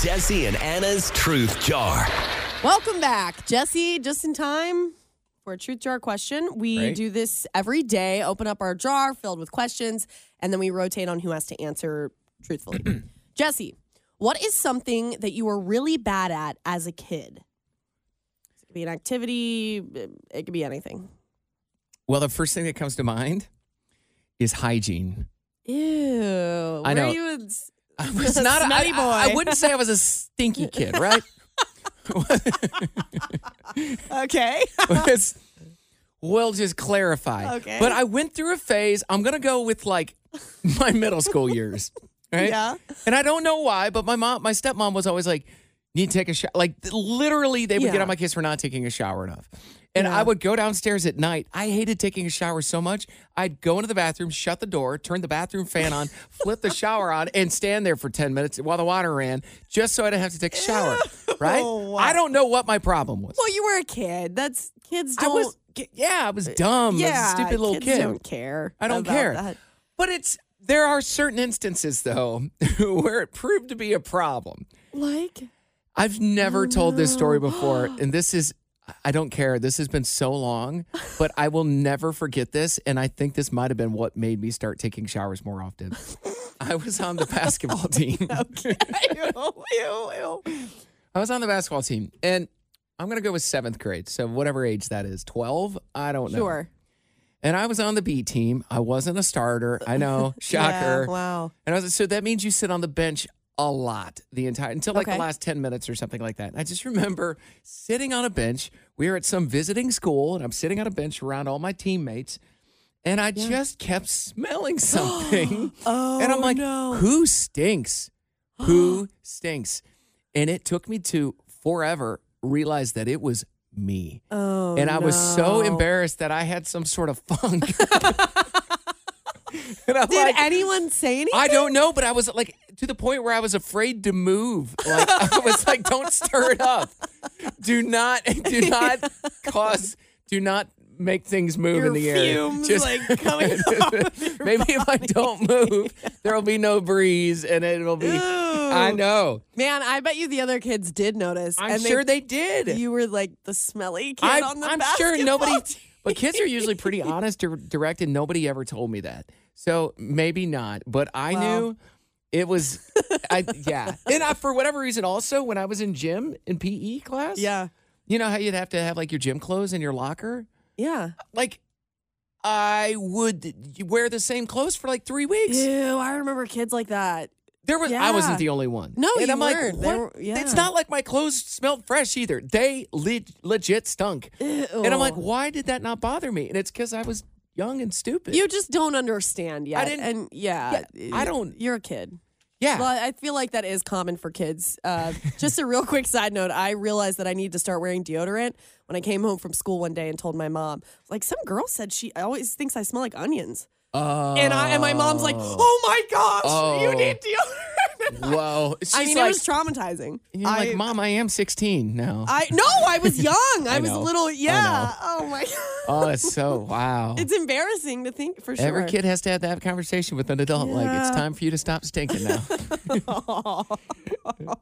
Jesse and Anna's Truth Jar. Welcome back, Jesse. Just in time for a truth jar question. We Right. do this every day. Open up our jar filled with questions, and then we rotate on who has to answer truthfully. Jesse, what is something that you were really bad at as a kid? It could be an activity. It could be anything. Well, the first thing that comes to mind is hygiene. Ew. I where know. Are you? I was not a Snotty I- I- I boy. wouldn't say I was a stinky kid, right? Okay. It's- we'll just clarify. Okay. But I went through a phase. I'm gonna go with like my middle school years, right? Yeah. And I don't know why, but my mom, my stepmom was always like, "Need to take a shower." Like th- literally, they would get Yeah. on my case for not taking a shower enough. And I would go downstairs at night. I hated taking a shower so much. I'd go into the bathroom, shut the door, turn the bathroom fan on, flip the shower on, and stand there for 10 minutes while the water ran just so I didn't have to take a shower. Right? Oh, I don't know what my problem was. well, you were a kid. That's kids I don't. was, yeah, I was dumb. I was a Uh, yeah, stupid little kids kid. Don't care. I don't about care. that. But it's there are certain instances though where it proved to be a problem. Like. I've never told this Oh, story before, and this is I don't care. This has been so long, but I will never forget this. And I think this might have been what made me start taking showers more often. I was on the basketball team. I was on the basketball team, and I'm going to go with seventh grade. So, whatever age that is 12, I don't know. Sure. And I was on the B team. I wasn't a starter. I know, shocker. Yeah, wow. And I was so that means you sit on the bench a lot the entire until like Okay. the last 10 minutes or something like that. And I just remember sitting on a bench. We were at some visiting school and I'm sitting on a bench around all my teammates and I just kept smelling something. oh, and I'm like, who stinks? Who stinks? And it took me to forever realize that it was me. Oh. and I was no. so embarrassed that I had some sort of funk. and I'm Did like, anyone say anything? I don't know, but I was like to the point where I was afraid to move. Like I was like, don't stir it up. Do not, do not cause, do not make things move in the air. Just- coming. maybe if I don't move, there'll be no breeze, and it'll be. I know. Man, I bet you the other kids did notice. I'm and sure they, did. You were like the smelly kid I'm, on the I'm basketball sure nobody. team. But kids are usually pretty honest or direct, and nobody ever told me that. So maybe not. But I knew it was. I yeah, and I, for whatever reason, also when I was in gym in PE class, Yeah. you know how you'd have to have like your gym clothes in your locker, Yeah. like. I would wear the same clothes for like three weeks. Ew, I remember kids like that. There was I Yeah. wasn't the only one. No, and you I'm weren't. like, There what? were- yeah. It's not like my clothes smelled fresh either. They le- legit stunk. And I'm like, Ew. why did that not bother me? And it's because I was young and stupid. You just don't understand yet. didn't- and yeah, Yeah, I don't- You're a kid. yeah. Well, I feel like that is common for kids. Uh, just a real quick side note: I realized that I need to start wearing deodorant when I came home from school one day and told my mom. Like some girl said, she always thinks I smell like onions, and I and my mom's like, "Oh my gosh, Oh. you need deodorant." Whoa. She's I mean, like, it was traumatizing. and you're like, I- Mom, I am 16 now. I no, I was young. I, was know. little. I Yeah. Oh my god, oh, it's so wow. it's embarrassing to think for sure. Every kid has to have that conversation with an adult. Like, it's time for you to stop stinking now.